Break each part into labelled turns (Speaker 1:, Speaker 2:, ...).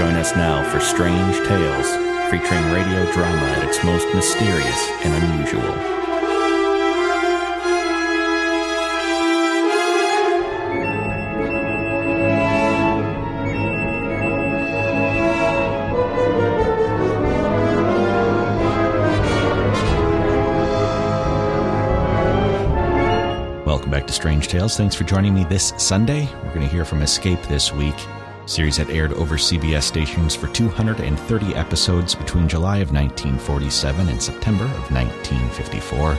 Speaker 1: Join us now for Strange Tales, featuring radio drama at its most mysterious and unusual. Welcome back to Strange Tales. Thanks for joining me this Sunday. We're going to hear from Escape this week, a series that aired over CBS stations for 230 episodes between July of 1947 and September of 1954.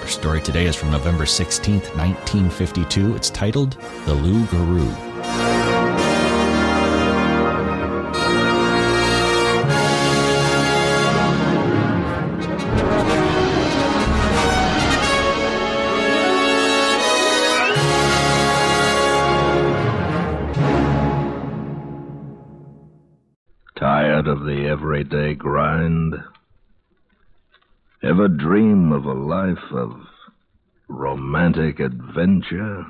Speaker 1: Our story today is from November 16th, 1952. It's titled The Lou Guru.
Speaker 2: Tired of the everyday grind? Ever dream of a life of romantic adventure?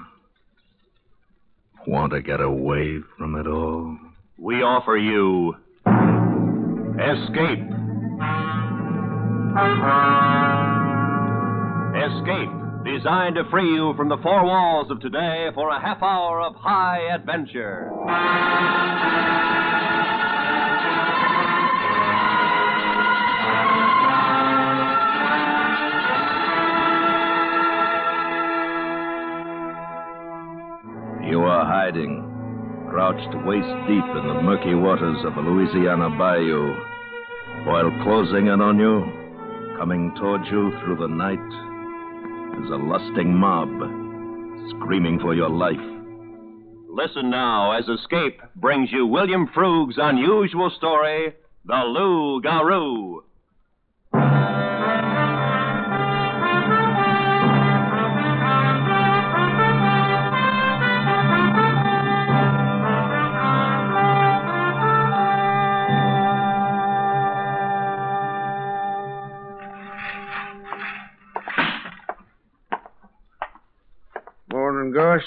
Speaker 2: Want to get away from it all?
Speaker 3: we offer you escape. Escape, designed to free you from the four walls of today for a half hour of high adventure.
Speaker 2: You are hiding, crouched waist deep in the murky waters of a Louisiana bayou, while closing in on you, coming towards you through the night, is a lusting mob screaming for your life.
Speaker 3: Listen now as Escape brings you William Frug's unusual story, The Lou Garou.
Speaker 4: Morning, Gus.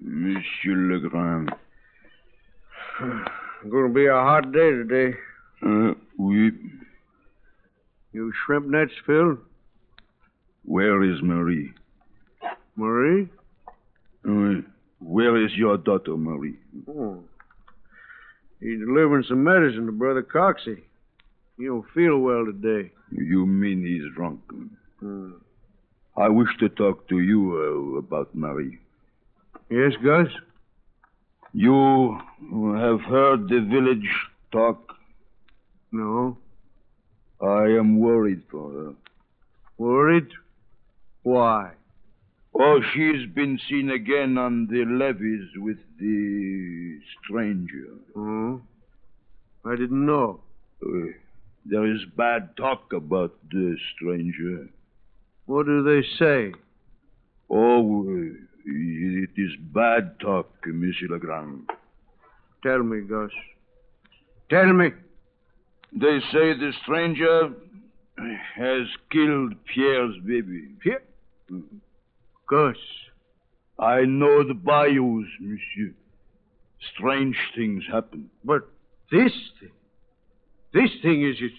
Speaker 5: Monsieur Legrand.
Speaker 4: Gonna be a hot day today.
Speaker 5: Uh, oui.
Speaker 4: You shrimp nets, Phil?
Speaker 5: Where is Marie?
Speaker 4: Marie?
Speaker 5: Uh, where is your daughter, Marie?
Speaker 4: Oh. He's delivering some medicine to Brother Coxey. He don't feel well today.
Speaker 5: You mean he's drunk.
Speaker 4: Hmm.
Speaker 5: I wish to talk to you uh, about Marie.
Speaker 4: Yes, Gus?
Speaker 5: You have heard the village talk.
Speaker 4: No.
Speaker 5: I am worried for her.
Speaker 4: Worried? Why?
Speaker 5: Oh, she's been seen again on the levees with the stranger.
Speaker 4: Hmm? I didn't know.
Speaker 5: Uh, there is bad talk about the stranger.
Speaker 4: What do they say?
Speaker 5: Oh, uh, it is bad talk, Monsieur Legrand.
Speaker 4: Tell me, Gus. Tell me.
Speaker 5: They say the stranger has killed Pierre's baby. Mm-hmm.
Speaker 4: Pierre? Gus.
Speaker 5: I know the bayous, Monsieur. Strange things happen.
Speaker 4: But this thing. This thing is. is...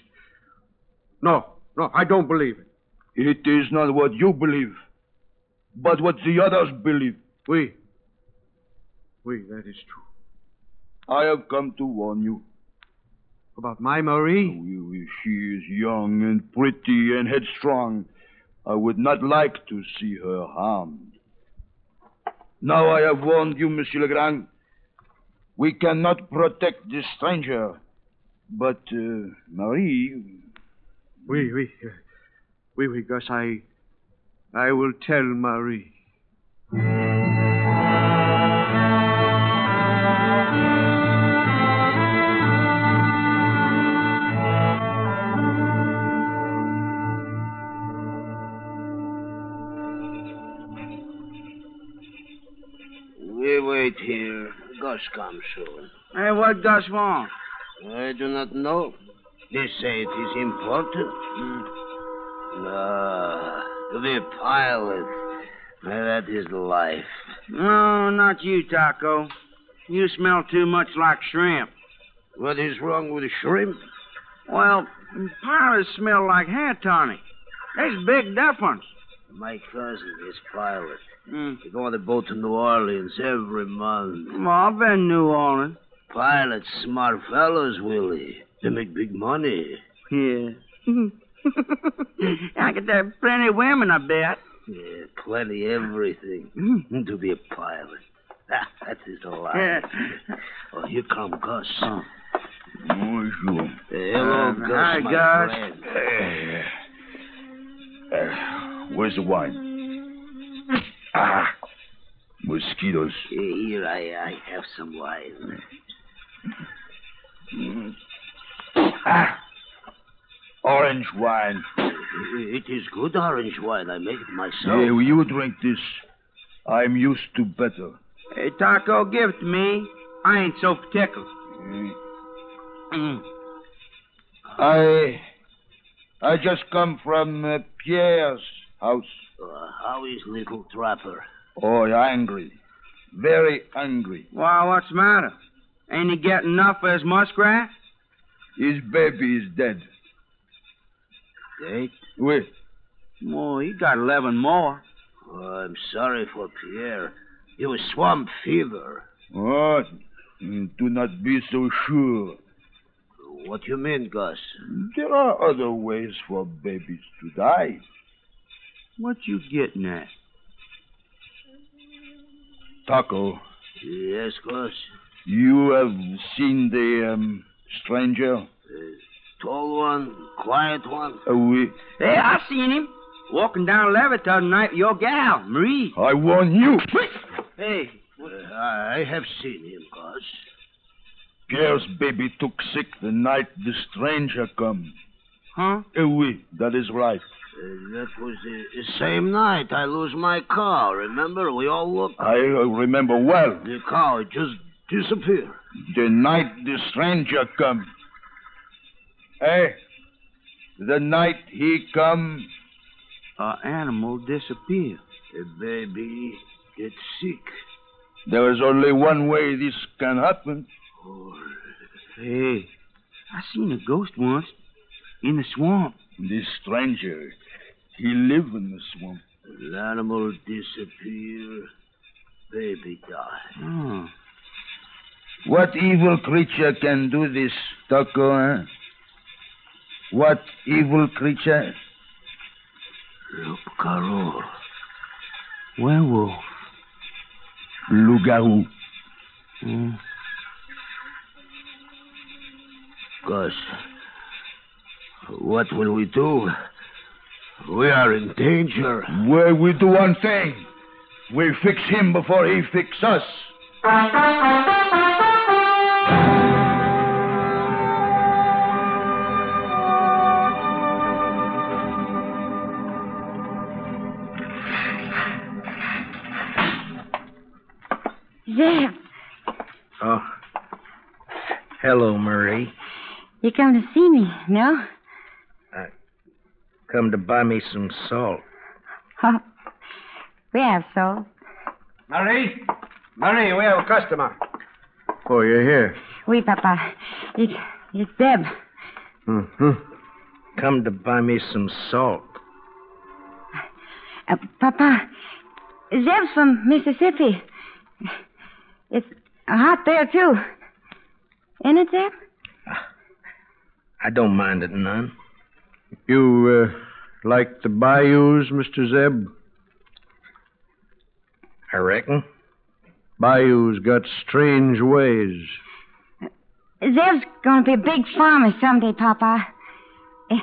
Speaker 4: No, no, I don't believe it.
Speaker 5: It is not what you believe, but what the others believe.
Speaker 4: We. We, that is true.
Speaker 5: I have come to warn you.
Speaker 4: About my Marie?
Speaker 5: We- we- She is young and pretty and headstrong. I would not like to see her harmed. Now I have warned you, Monsieur Legrand. We cannot protect this stranger. But uh, Marie,
Speaker 4: euh, We, we. uh, We, we, Gus, I. I will tell Marie.
Speaker 6: We wait here. Gosh comes soon.
Speaker 4: Eh,
Speaker 7: Hey, what does want?
Speaker 6: I do not know. They say it is important. Mm. Ah, to be a pilot. Now, that is life.
Speaker 7: No, not you, Taco. You smell too much like shrimp.
Speaker 6: What is wrong with shrimp?
Speaker 7: Well, pilots smell like hair tonic. There's a big difference.
Speaker 6: My cousin is pilot.
Speaker 7: Mm.
Speaker 6: They go on the boat to New Orleans every month.
Speaker 7: Well, I've been to New Orleans.
Speaker 6: Pilots, smart fellows, Willie. They make big money.
Speaker 7: Yeah. I could have plenty of women, I bet.
Speaker 6: Yeah, plenty everything. To be a pilot. that is the life.
Speaker 7: Yeah.
Speaker 6: Oh, here come Gus.
Speaker 5: Bonjour.
Speaker 6: Hey, hello,
Speaker 7: Um,
Speaker 6: Gus.
Speaker 7: hi,
Speaker 6: my
Speaker 7: Gus.
Speaker 6: friend.
Speaker 5: Eh, eh, where's the wine? Ah, mosquitoes.
Speaker 6: Here, here, I, I have some wine.
Speaker 5: Ah, orange wine.
Speaker 6: It is good orange wine. I make it
Speaker 5: Hey,
Speaker 6: myself.
Speaker 5: will you drink this? I'm used to better.
Speaker 7: Hey, Taco, give it to me. I ain't so particular. Mm.
Speaker 5: I, I just come from uh, Pierre's house.
Speaker 6: Uh, how is little trapper?
Speaker 5: Oh, you're angry, very angry.
Speaker 7: Why, what's the matter? Ain't he getting enough for his muskrat?
Speaker 5: His baby is dead.
Speaker 6: Great.
Speaker 5: Wait,
Speaker 7: Well, he got 11 more.
Speaker 6: Oh, I'm sorry for Pierre. He was swamp fever.
Speaker 5: what? Mm, Do not be so sure.
Speaker 6: What you mean, Gus?
Speaker 5: There are other ways for babies to die.
Speaker 7: What you getting at?
Speaker 5: Taco,
Speaker 6: Yes, Gus.
Speaker 5: you have seen the um, stranger?
Speaker 6: Tall one, quiet one.
Speaker 5: Uh, we,
Speaker 7: Hey, I seen him walking down Leviton tonight with your gal, Marie.
Speaker 5: I warn you.
Speaker 7: Hey,
Speaker 6: Uh, I have seen him, Gus.
Speaker 5: Pierre's baby took sick the night the stranger come.
Speaker 7: huh?
Speaker 5: Uh, we, that is right.
Speaker 6: Uh, that was the the same night I lose my car. Remember, we all looked.
Speaker 5: I uh, remember well.
Speaker 6: The car just disappeared.
Speaker 5: The night the stranger come. Hey, the night he come,
Speaker 7: A animal disappeared.
Speaker 6: The baby gets sick.
Speaker 5: there is only one way this can happen.
Speaker 6: Oh,
Speaker 7: Hey, I seen a ghost once in the swamp.
Speaker 5: This stranger, he live in the swamp.
Speaker 6: an animal disappear. Baby die.
Speaker 7: Oh.
Speaker 5: What evil creature can do this, Taco? Huh? What evil creature?
Speaker 6: Look, Carol.
Speaker 7: Werewolf.
Speaker 5: Loup-garou.
Speaker 7: Mm.
Speaker 6: Gus, what will we do? We are in danger.
Speaker 5: Well, we do one thing. We fix him before he fix us.
Speaker 8: There.
Speaker 4: Oh. Hello, Marie.
Speaker 8: You come to see me, no?
Speaker 4: Come to buy me some salt.
Speaker 8: Huh. we have so.
Speaker 7: Marie? Marie, we have a customer.
Speaker 4: Oh, you're here.
Speaker 8: Oui, Papa. It, it's Deb.
Speaker 4: Mm-hmm. Come to buy me some salt.
Speaker 8: Uh, Papa, Zeb's from Mississippi. It's hot there, too. Isn't it, Zeb?
Speaker 6: I don't mind it none.
Speaker 4: You, uh, like the bayous, Mr. Zeb?
Speaker 6: I reckon.
Speaker 4: Bayous got strange ways.
Speaker 8: Zeb's going to be a big farmer someday, Papa. Eh,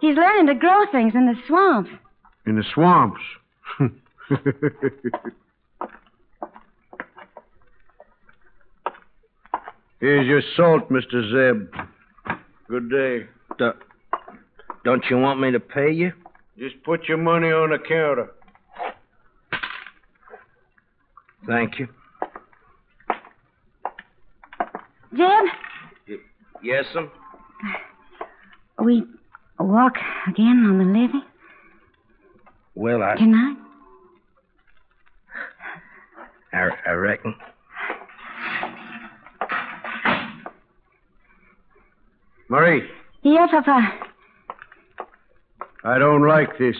Speaker 8: He's learning to grow things in the swamp.
Speaker 4: In the swamps. Here's your salt, Mr. Zeb. Good day.
Speaker 6: Don't you want me to pay you?
Speaker 4: Just put your money on the counter.
Speaker 6: Thank you.
Speaker 8: Jim,
Speaker 6: Yes, sir.
Speaker 8: we walk again on the levee
Speaker 6: Well, I,
Speaker 8: tonight?
Speaker 6: I, I reckon.
Speaker 4: Marie,
Speaker 8: Yeah, Papa.
Speaker 4: I don't like this.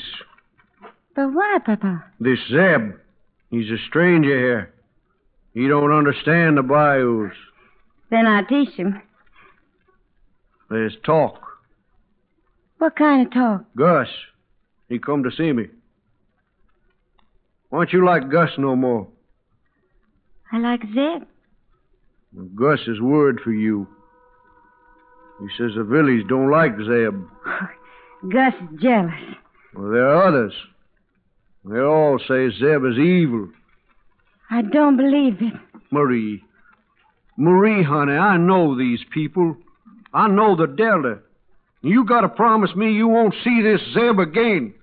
Speaker 8: But why, Papa?
Speaker 4: This Zeb. He's a stranger here. He don't understand the bayous.
Speaker 8: Then I teach him.
Speaker 4: There's talk.
Speaker 8: What kind of talk?
Speaker 4: Gus, he come to see me. Why don't you like Gus no more?
Speaker 8: I like Zeb.
Speaker 4: Gus is word for you. He says the village don't like Zeb.
Speaker 8: Gus is jealous.
Speaker 4: Well, there are others. They all say Zeb is evil.
Speaker 8: I don't believe it.
Speaker 4: Marie. Marie, honey, I know these people. I know the Delta. You gotta promise me you won't see this Zeb again.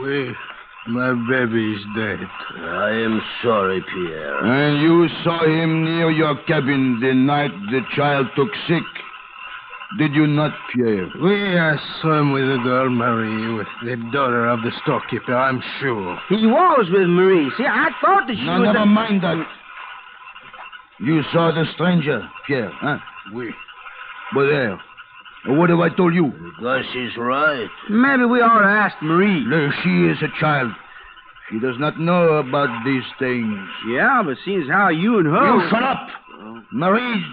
Speaker 5: Well, my baby is dead.
Speaker 6: I am sorry, Pierre.
Speaker 5: And you saw him near your cabin the night the child took sick. Did you not, Pierre?
Speaker 9: We I saw him with the girl Marie, with the daughter of the storekeeper, I'm sure.
Speaker 7: He was with Marie. See, I thought that she
Speaker 5: No,
Speaker 7: was.
Speaker 5: never
Speaker 7: a-
Speaker 5: mind that. You saw the stranger, Pierre, huh?
Speaker 9: We.
Speaker 5: But there. What have I told you?
Speaker 6: Gus is right.
Speaker 7: Maybe we ought to ask Marie.
Speaker 5: There she is a child. She does not know about these things.
Speaker 7: Yeah, but seems how you and her.
Speaker 5: You shut up! Marie!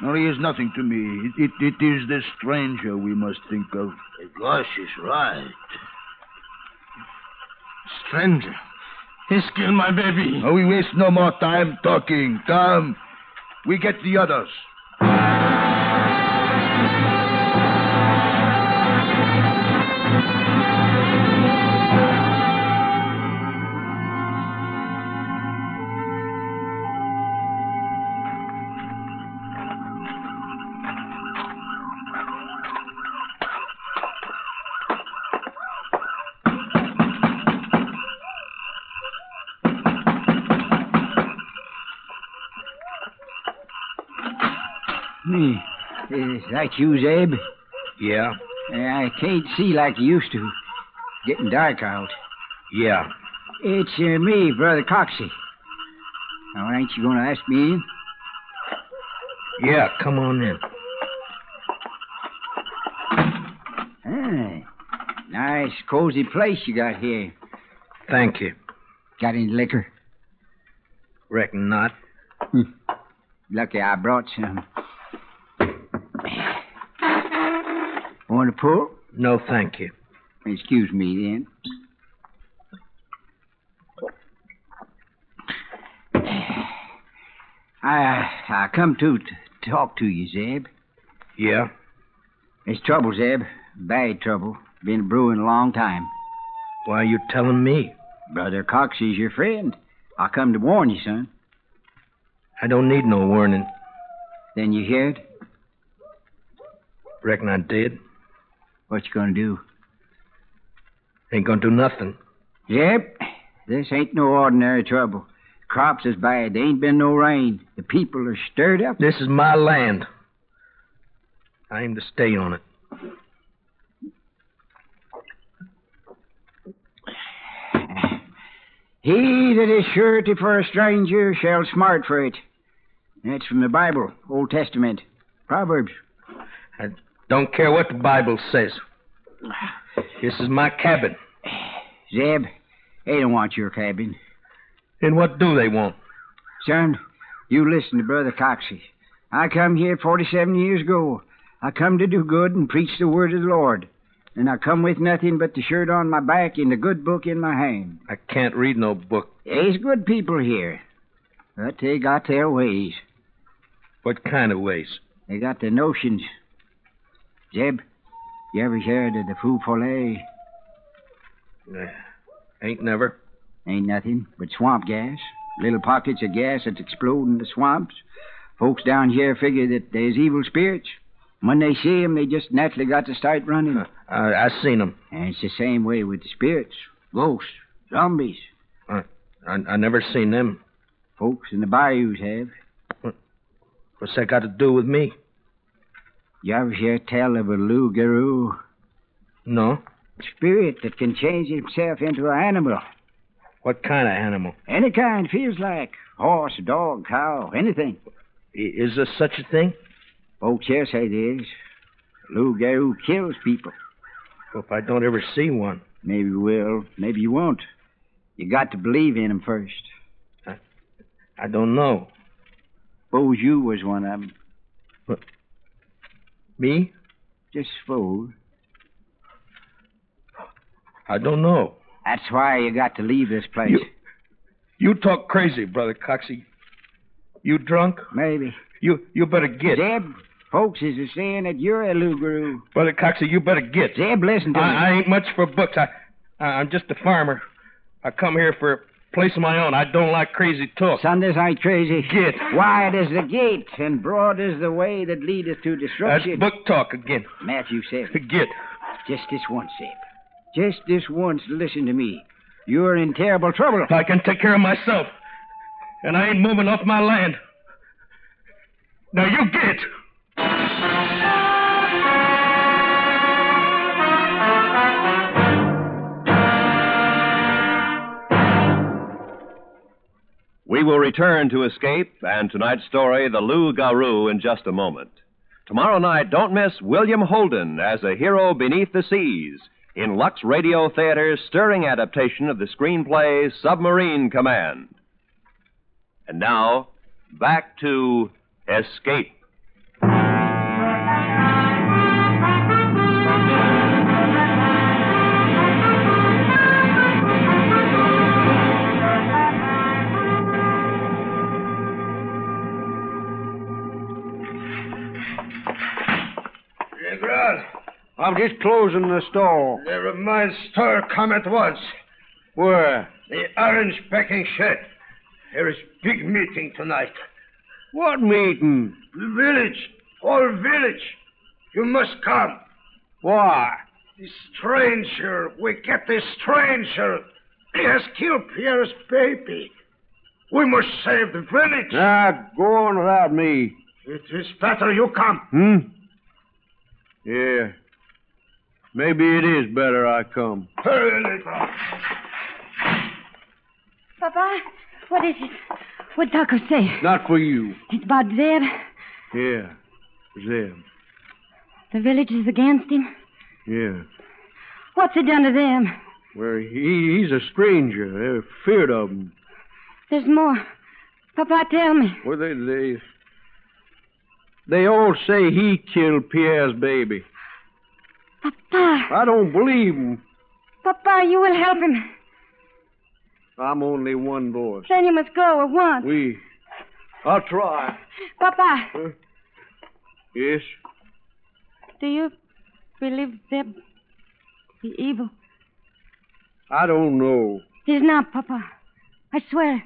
Speaker 5: Marie is nothing to me. It, it, it is the stranger we must think of.
Speaker 6: Gus is right.
Speaker 9: Stranger. He's killed my baby.
Speaker 5: Oh, we waste no more time talking. Come, we get the others.
Speaker 7: Me. Hmm. Is that you, Zeb? Uh,
Speaker 6: Yeah,
Speaker 7: I can't see like you used to. Getting dark out.
Speaker 6: yeah.
Speaker 7: It's uh, me, Brother Coxey. Now, ain't you going to ask me in?
Speaker 6: Yeah, come on in.
Speaker 7: Hey, nice, cozy place you got here.
Speaker 6: Thank you.
Speaker 7: Got any liquor? Hmm.
Speaker 6: Reckon not.
Speaker 7: Lucky I brought some. Want to pull?
Speaker 6: No, thank you.
Speaker 7: Excuse me, then. I I come to, to talk to you, Zeb.
Speaker 6: Yeah?
Speaker 7: It's trouble, Zeb. Bad trouble. Been brewing a long time.
Speaker 6: Why are you telling me?
Speaker 7: Brother Cox is your friend. I come to warn you, son.
Speaker 6: I don't need no warning.
Speaker 7: Then you hear it.
Speaker 6: Reckon I did.
Speaker 7: What you gonna do?
Speaker 6: Ain't gonna do nothing.
Speaker 7: Yep. This ain't no ordinary trouble. Crops is bad. There ain't been no rain. The people are stirred up.
Speaker 6: This is my land. I aim to stay on it.
Speaker 7: He that is surety for a stranger shall smart for it. That's from the Bible, Old Testament, Proverbs.
Speaker 6: Don't care what the Bible says. This is my cabin.
Speaker 7: Zeb, they don't want your cabin.
Speaker 6: And what do they want?
Speaker 7: Son, you listen to Brother Coxey. I come here 47 years ago. I come to do good and preach the word of the Lord. and I come with nothing but the shirt on my back and the good book in my hand.
Speaker 10: I can't read no book.
Speaker 7: There's good people here, but they got their ways.
Speaker 10: What kind of ways?
Speaker 7: They got their notions. Zeb, you ever heard of the fou follet?
Speaker 10: Yeah. Ain't never.
Speaker 7: Ain't nothing but swamp gas. Little pockets of gas that explode in the swamps. Folks down here figure that there's evil spirits. When they see 'em, they just naturally got to start running.
Speaker 10: I, I seen 'em.
Speaker 7: And it's the same way with the spirits, ghosts, zombies.
Speaker 10: I, I, I never seen them.
Speaker 7: Folks in the bayous have.
Speaker 10: What, what's that got to do with me?
Speaker 7: You ever hear tell of a loup-garou?
Speaker 10: No.
Speaker 7: Spirit that can change himself into an animal.
Speaker 10: What kind of animal?
Speaker 7: Any kind, feels like. Horse, dog, cow, anything.
Speaker 10: Is there such a thing?
Speaker 7: Folks here say there is. Loup-garou kills people.
Speaker 10: Well, if I don't ever see one.
Speaker 7: Maybe you will, maybe you won't. You got to believe in 'em first.
Speaker 10: I, I don't know.
Speaker 7: Suppose you was one of 'em.
Speaker 10: What? Me?
Speaker 7: Just suppose.
Speaker 10: I don't know.
Speaker 7: That's why you got to leave this place.
Speaker 10: You, you talk crazy, Brother Coxey. You drunk?
Speaker 7: Maybe.
Speaker 10: You you better get.
Speaker 7: Zeb, folks is a saying that you're a Luguru.
Speaker 10: Brother Coxey, you better get.
Speaker 7: Zeb, listen to
Speaker 10: I,
Speaker 7: me.
Speaker 10: I ain't much for books. I, I I'm just a farmer. I come here for a place of my own. I don't like crazy talk.
Speaker 7: Sundays ain't crazy.
Speaker 10: Get.
Speaker 7: Wide is the gate, and broad is the way that leadeth to
Speaker 10: That's
Speaker 7: destruction.
Speaker 10: book talk again.
Speaker 7: Matthew 7.
Speaker 10: Get.
Speaker 7: Just this once, Zeb. Just this once, listen to me. You're in terrible trouble.
Speaker 10: I can take care of myself. And I ain't moving off my land. Now you get.
Speaker 3: We will return to Escape and tonight's story, The Lou Garou, in just a moment. Tomorrow night, don't miss William Holden as a hero beneath the seas in Lux Radio Theater's stirring adaptation of the screenplay Submarine Command. And now, back to Escape.
Speaker 11: Legrand,
Speaker 4: I'm just closing the store.
Speaker 11: never mind store. Come at once.
Speaker 4: Where?
Speaker 11: The orange packing shed. There is big meeting tonight.
Speaker 4: What meeting?
Speaker 11: The village, whole village. You must come.
Speaker 4: Why?
Speaker 11: The stranger. We get the stranger. He has killed Pierre's baby. We must save the village.
Speaker 7: Uh,
Speaker 4: Ah, go on without me.
Speaker 11: It is better you come.
Speaker 4: Hmm? Yeah. Maybe it is better I come.
Speaker 11: Hurry, Legrand.
Speaker 8: Papa, what is it? What Taco say?
Speaker 4: Not for you.
Speaker 8: It's about Zeb.
Speaker 4: Yeah. Them.
Speaker 8: The village is against him.
Speaker 4: Yeah.
Speaker 8: What's he done to them?
Speaker 4: Well, he, he's a stranger. They're feared of him.
Speaker 8: There's more. Papa, tell me.
Speaker 4: Well, they, they, they all say he killed Pierre's baby.
Speaker 8: Papa,
Speaker 4: I don't believe him.
Speaker 8: Papa, you will help him.
Speaker 4: I'm only one voice.
Speaker 8: Then you must go at once.
Speaker 4: We. I'll try.
Speaker 8: Papa,
Speaker 4: Yes.
Speaker 8: do you believe Zeb the evil?
Speaker 4: I don't know.
Speaker 8: He's not, Papa. I swear.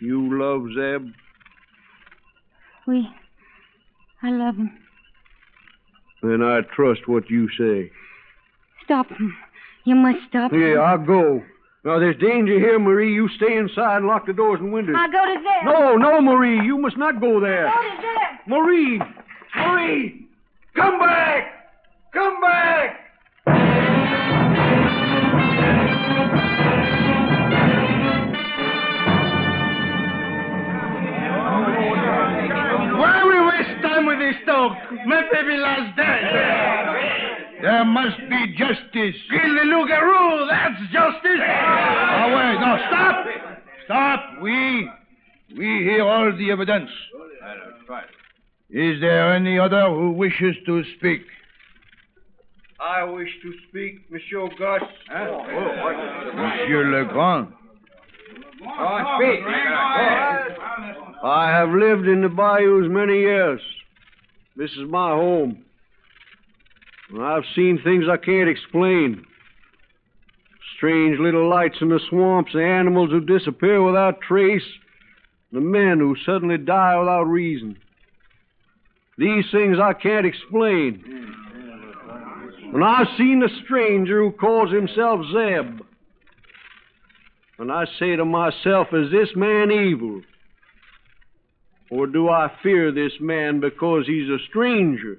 Speaker 4: You love Zeb?
Speaker 8: We. I love him.
Speaker 4: Then I trust what you say.
Speaker 8: Stop him. You must stop him.
Speaker 4: Yeah, I'll go. Now, there's danger here, Marie. You stay inside and lock the doors and windows.
Speaker 8: I'll go to Zeb.
Speaker 4: No, Oh, no, Marie. You must not go there.
Speaker 8: Go to Zeb.
Speaker 4: Marie!
Speaker 11: Hurry. Come back. Come back.
Speaker 12: Why we waste time with this talk? My baby lies dead. There must be justice. Kill the Lugaroo, that's justice. Oh, wait, no, stop. Stop. We, we hear all the evidence. Is there any other who wishes to speak?
Speaker 13: I wish to speak, Monsieur Gott.
Speaker 5: Monsieur Legrand,
Speaker 13: Oh, speak.
Speaker 4: I have lived in the bayous many years. This is my home. And I've seen things I can't explain. Strange little lights in the swamps, the animals who disappear without trace, the men who suddenly die without reason. These things I can't explain. And I've seen the stranger who calls himself Zeb. And I say to myself, is this man evil? Or do I fear this man because he's a stranger?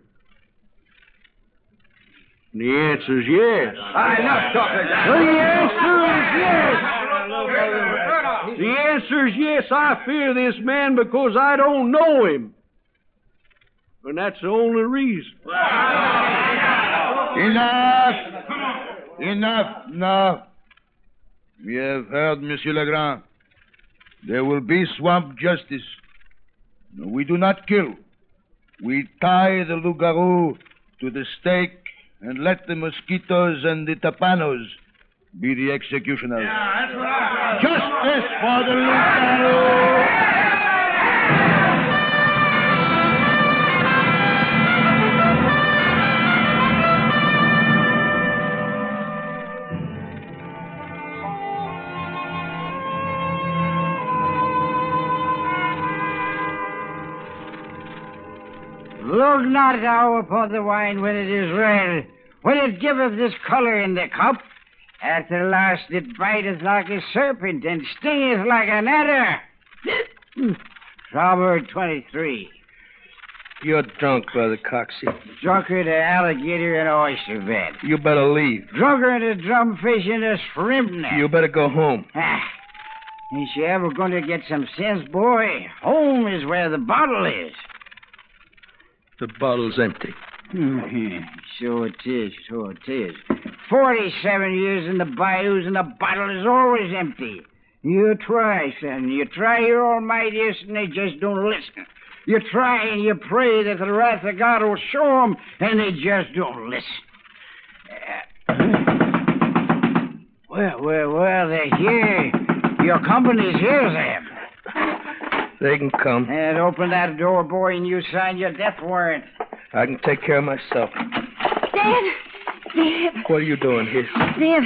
Speaker 4: And the answer is yes.
Speaker 11: I enough talking. answer
Speaker 4: The The answer is yes, I fear this man because I don't know him. And that's the only reason.
Speaker 5: Enough! Enough! Enough! We have heard, Monsieur Legrand. There will be swamp justice. No, we do not kill. We tie the loup-garou to the stake and let the mosquitoes and the tapanos be the executioners. Justice for the loup-garou!
Speaker 7: Look not thou upon the wine when it is red, when it giveth this color in the cup. At the last it biteth like a serpent and stingeth like an adder. Proverb 23.
Speaker 12: You're drunk, Brother Coxey.
Speaker 7: Drunker than alligator in an oyster bed.
Speaker 12: You better leave.
Speaker 7: Drunker than a drumfish in a shrimp net.
Speaker 12: You better go home.
Speaker 7: Ah, Ain't you ever going to get some sense, boy? Home is where the bottle is.
Speaker 12: The bottle's empty.
Speaker 7: Hmm, sure it is, sure it is. Forty-seven years in the bayous and the bottle is always empty. You try, son. You try your almightiest and they just don't listen. You try and you pray that the wrath of God will show 'em, and they just don't listen. Uh, well, well, well, they're here. Your company's here, Sam.
Speaker 12: They can come.
Speaker 7: And open that door, boy, and you sign your death warrant.
Speaker 12: I can take care of myself.
Speaker 8: Dad! Dad!
Speaker 12: What are you doing here?
Speaker 8: Dad,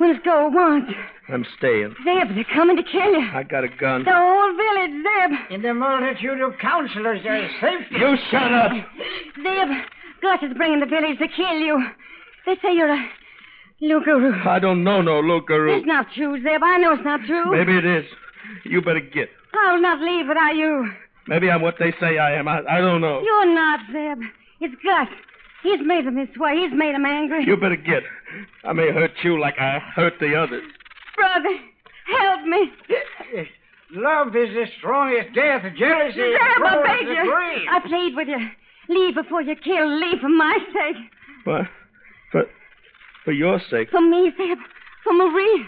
Speaker 8: we must go at once.
Speaker 12: I'm staying.
Speaker 8: Zeb, they're coming to kill you.
Speaker 12: I got a gun.
Speaker 8: The whole village, Zeb.
Speaker 7: In the multitude of counselors, there is safety.
Speaker 12: You shut up.
Speaker 8: Zeb, Gus is bringing the village to kill you. They say you're a Lugaroo.
Speaker 12: I don't know no Lucaru.
Speaker 8: It's not true, Zeb. I know it's not true.
Speaker 12: Maybe it is. You better get.
Speaker 8: I'll not leave without you.
Speaker 12: Maybe I'm what they say I am. I, I don't know.
Speaker 8: You're not, Zeb. It's Gus. He's made them this way. He's made them angry.
Speaker 12: You better get. I may hurt you like I hurt the others.
Speaker 8: Brother, help me.
Speaker 7: Love is the strongest death. Jealousy is
Speaker 8: Zeb, I
Speaker 7: cruel as
Speaker 8: beg
Speaker 7: the
Speaker 8: you.
Speaker 7: grave.
Speaker 8: I plead with you. Leave before you kill. Leave for my sake.
Speaker 12: But, for, for your sake.
Speaker 8: For me, Zeb. For Marie.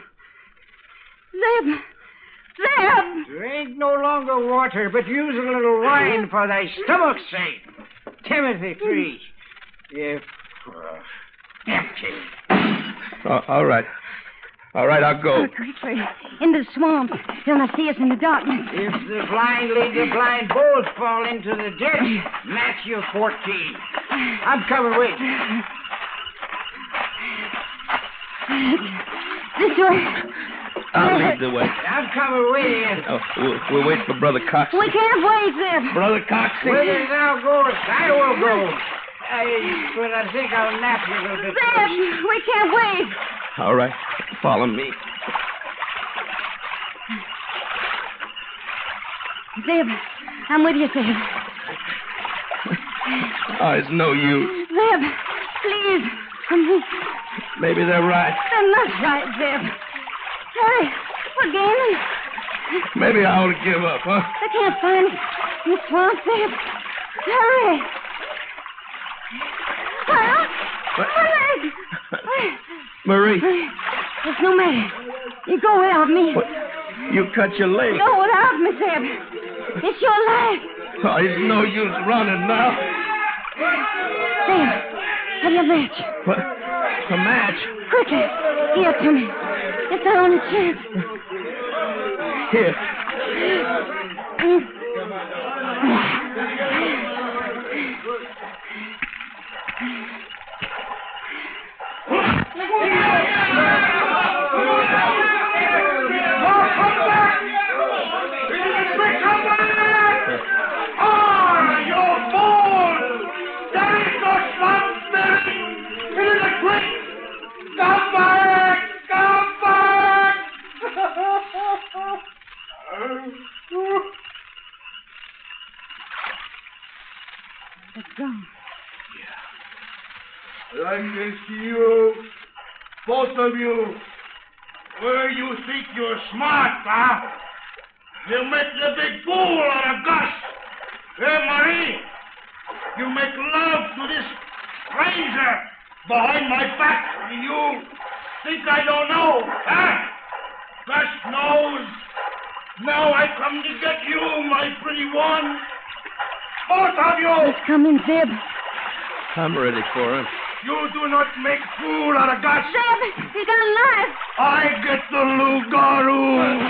Speaker 8: Zeb.
Speaker 12: Oh.
Speaker 8: Zeb!
Speaker 7: Drink no longer water, but use a little wine for thy stomach's sake. Timothy, please. If.
Speaker 12: Uh, all right. All right, I'll go.
Speaker 8: Look quickly. Oh, In the swamp. They'll not see us in the darkness.
Speaker 7: If the blind lead the blind, both fall into the ditch. Matthew 14.
Speaker 8: Uh,
Speaker 7: I'm coming with you.
Speaker 8: This way.
Speaker 12: I'll lead the way.
Speaker 7: I'm coming with you.
Speaker 12: Oh, we'll, we'll wait for Brother Cox.
Speaker 8: We can't wait, Zeb.
Speaker 12: Brother Cox.
Speaker 7: Where you now goes, I will go. I, but I think I'll nap you a little bit.
Speaker 8: Zeb, we can't wait.
Speaker 12: All right, follow me.
Speaker 8: Zeb, I'm with you, Zeb.
Speaker 12: Oh, it's no use.
Speaker 8: Zeb, please. I'm-
Speaker 12: Maybe they're right.
Speaker 8: I'm not right, Zeb. Hurry. We're gaining.
Speaker 12: Maybe I ought to give up, huh?
Speaker 8: They can't find us in the swamp, Zeb. Hurry. Well,
Speaker 12: What?
Speaker 8: hurry.
Speaker 12: Marie,
Speaker 8: It's no matter. You go without me.
Speaker 12: you cut your leg.
Speaker 8: Go without me, Zeb. It's your life.
Speaker 12: Oh, it's no use running now.
Speaker 8: Sam, have you a match?
Speaker 12: What?
Speaker 10: It's a match.
Speaker 8: Quickly, give it to me. It's our only chance.
Speaker 10: Here.
Speaker 12: Come back! Come back!
Speaker 8: It's gone.
Speaker 12: I can see you, both of you. Where you think you're smart, huh? You make a big fool out of Gus. Hey, Marie, you make love to this stranger behind my back. and You think I don't know, huh? Gus knows. Now I come to get you, my pretty one. Both of you.
Speaker 8: Let's come in, Zeb.
Speaker 10: I'm ready for him.
Speaker 12: You do not make fool out of Gus.
Speaker 8: Zeb, he got a knife.
Speaker 12: I get the Lugaru.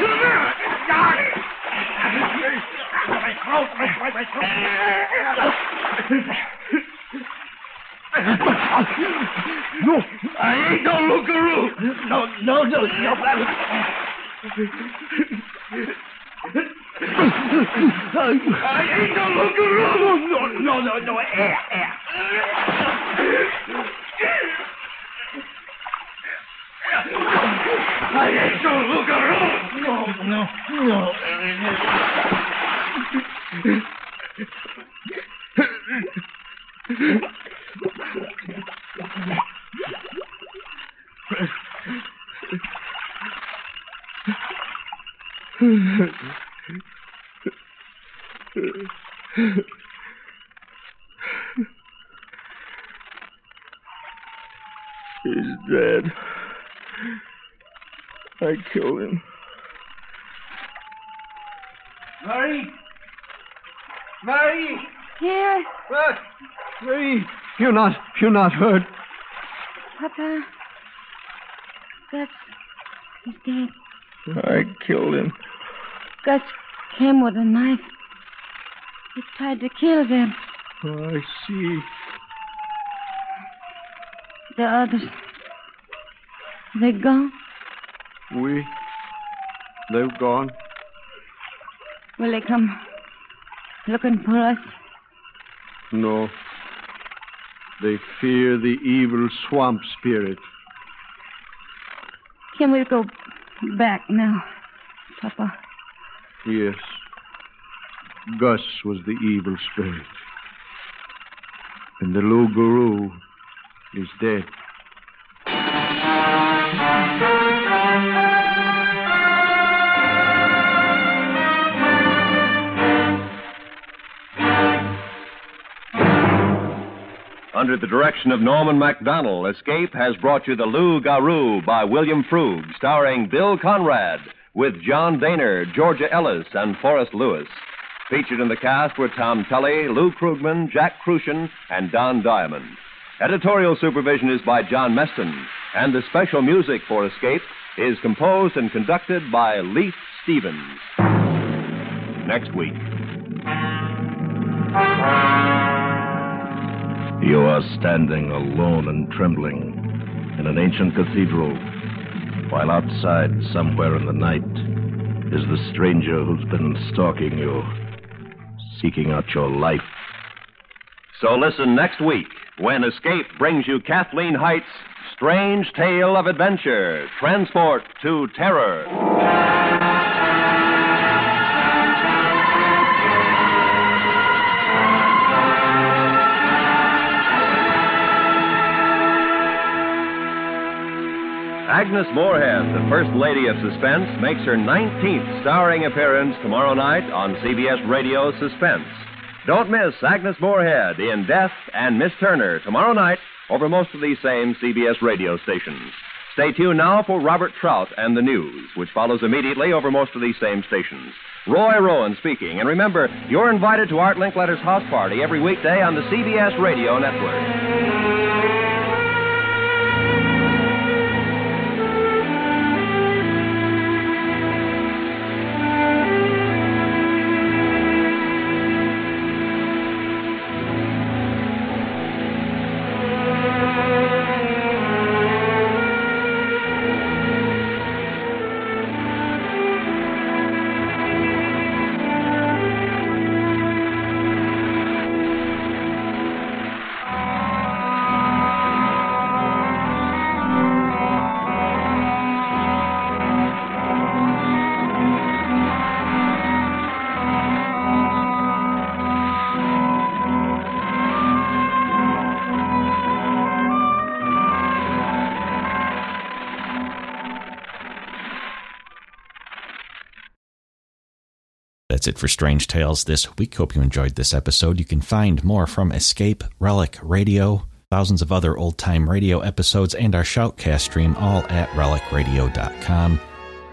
Speaker 12: My throat, my throat, my throat. No, I ain't no Lugaru. No, no, no, no. I ain't no Lugaru. No, no, no, no, air, air. I ain't no Lugaru. No, no, no.
Speaker 14: He's dead. I killed him.
Speaker 15: Marie! Marie!
Speaker 8: Here.
Speaker 15: Look!
Speaker 4: Marie, you're not, you're not hurt.
Speaker 8: Papa. Gus is dead.
Speaker 14: I killed him.
Speaker 8: Gus came with a knife. He tried to kill them.
Speaker 14: I see.
Speaker 8: The others. They gone.
Speaker 4: We. They've gone.
Speaker 8: Will they come looking for us?
Speaker 4: No. They fear the evil swamp spirit.
Speaker 8: Can we go back now, Papa?
Speaker 4: Yes. Gus was the evil spirit. And the Lou Guru is dead.
Speaker 3: Under the direction of Norman MacDonald, Escape has brought you The Lou Garou by William Frug, starring Bill Conrad, with John Daner, Georgia Ellis, and Forrest Lewis. Featured in the cast were Tom Tully, Lou Krugman, Jack Crucian, and Don Diamond. Editorial supervision is by John Meston, and the special music for Escape is composed and conducted by Leith Stevens. Next week.
Speaker 2: You are standing alone and trembling in an ancient cathedral, while outside, somewhere in the night, is the stranger who's been stalking you, seeking out your life.
Speaker 3: So listen next week when Escape brings you Kathleen Heights' strange tale of adventure, transport to terror. Agnes Moorehead, the First Lady of Suspense, makes her 19th starring appearance tomorrow night on CBS Radio Suspense. Don't miss Agnes Moorehead in Death and Miss Turner tomorrow night over most of these same CBS radio stations. Stay tuned now for Robert Trout and the News, which follows immediately over most of these same stations. Roy Rowan speaking, and remember, you're invited to Art Linkletter's house party every weekday on the CBS Radio Network.
Speaker 1: That's it for Strange Tales this week. Hope you enjoyed this episode. You can find more from Escape, Relic Radio, thousands of other old time radio episodes, and our Shoutcast stream all at relicradio.com. You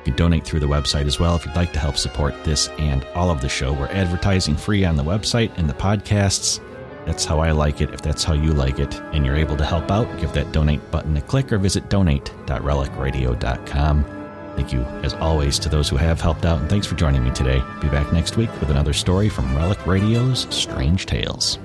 Speaker 1: can donate through the website as well if you'd like to help support this and all of the show. We're advertising free on the website and the podcasts. That's how I like it. If that's how you like it and you're able to help out, give that donate button a click or visit donate.relicradio.com. Thank you, as always, to those who have helped out, and thanks for joining me today. Be back next week with another story from Relic Radio's Strange Tales.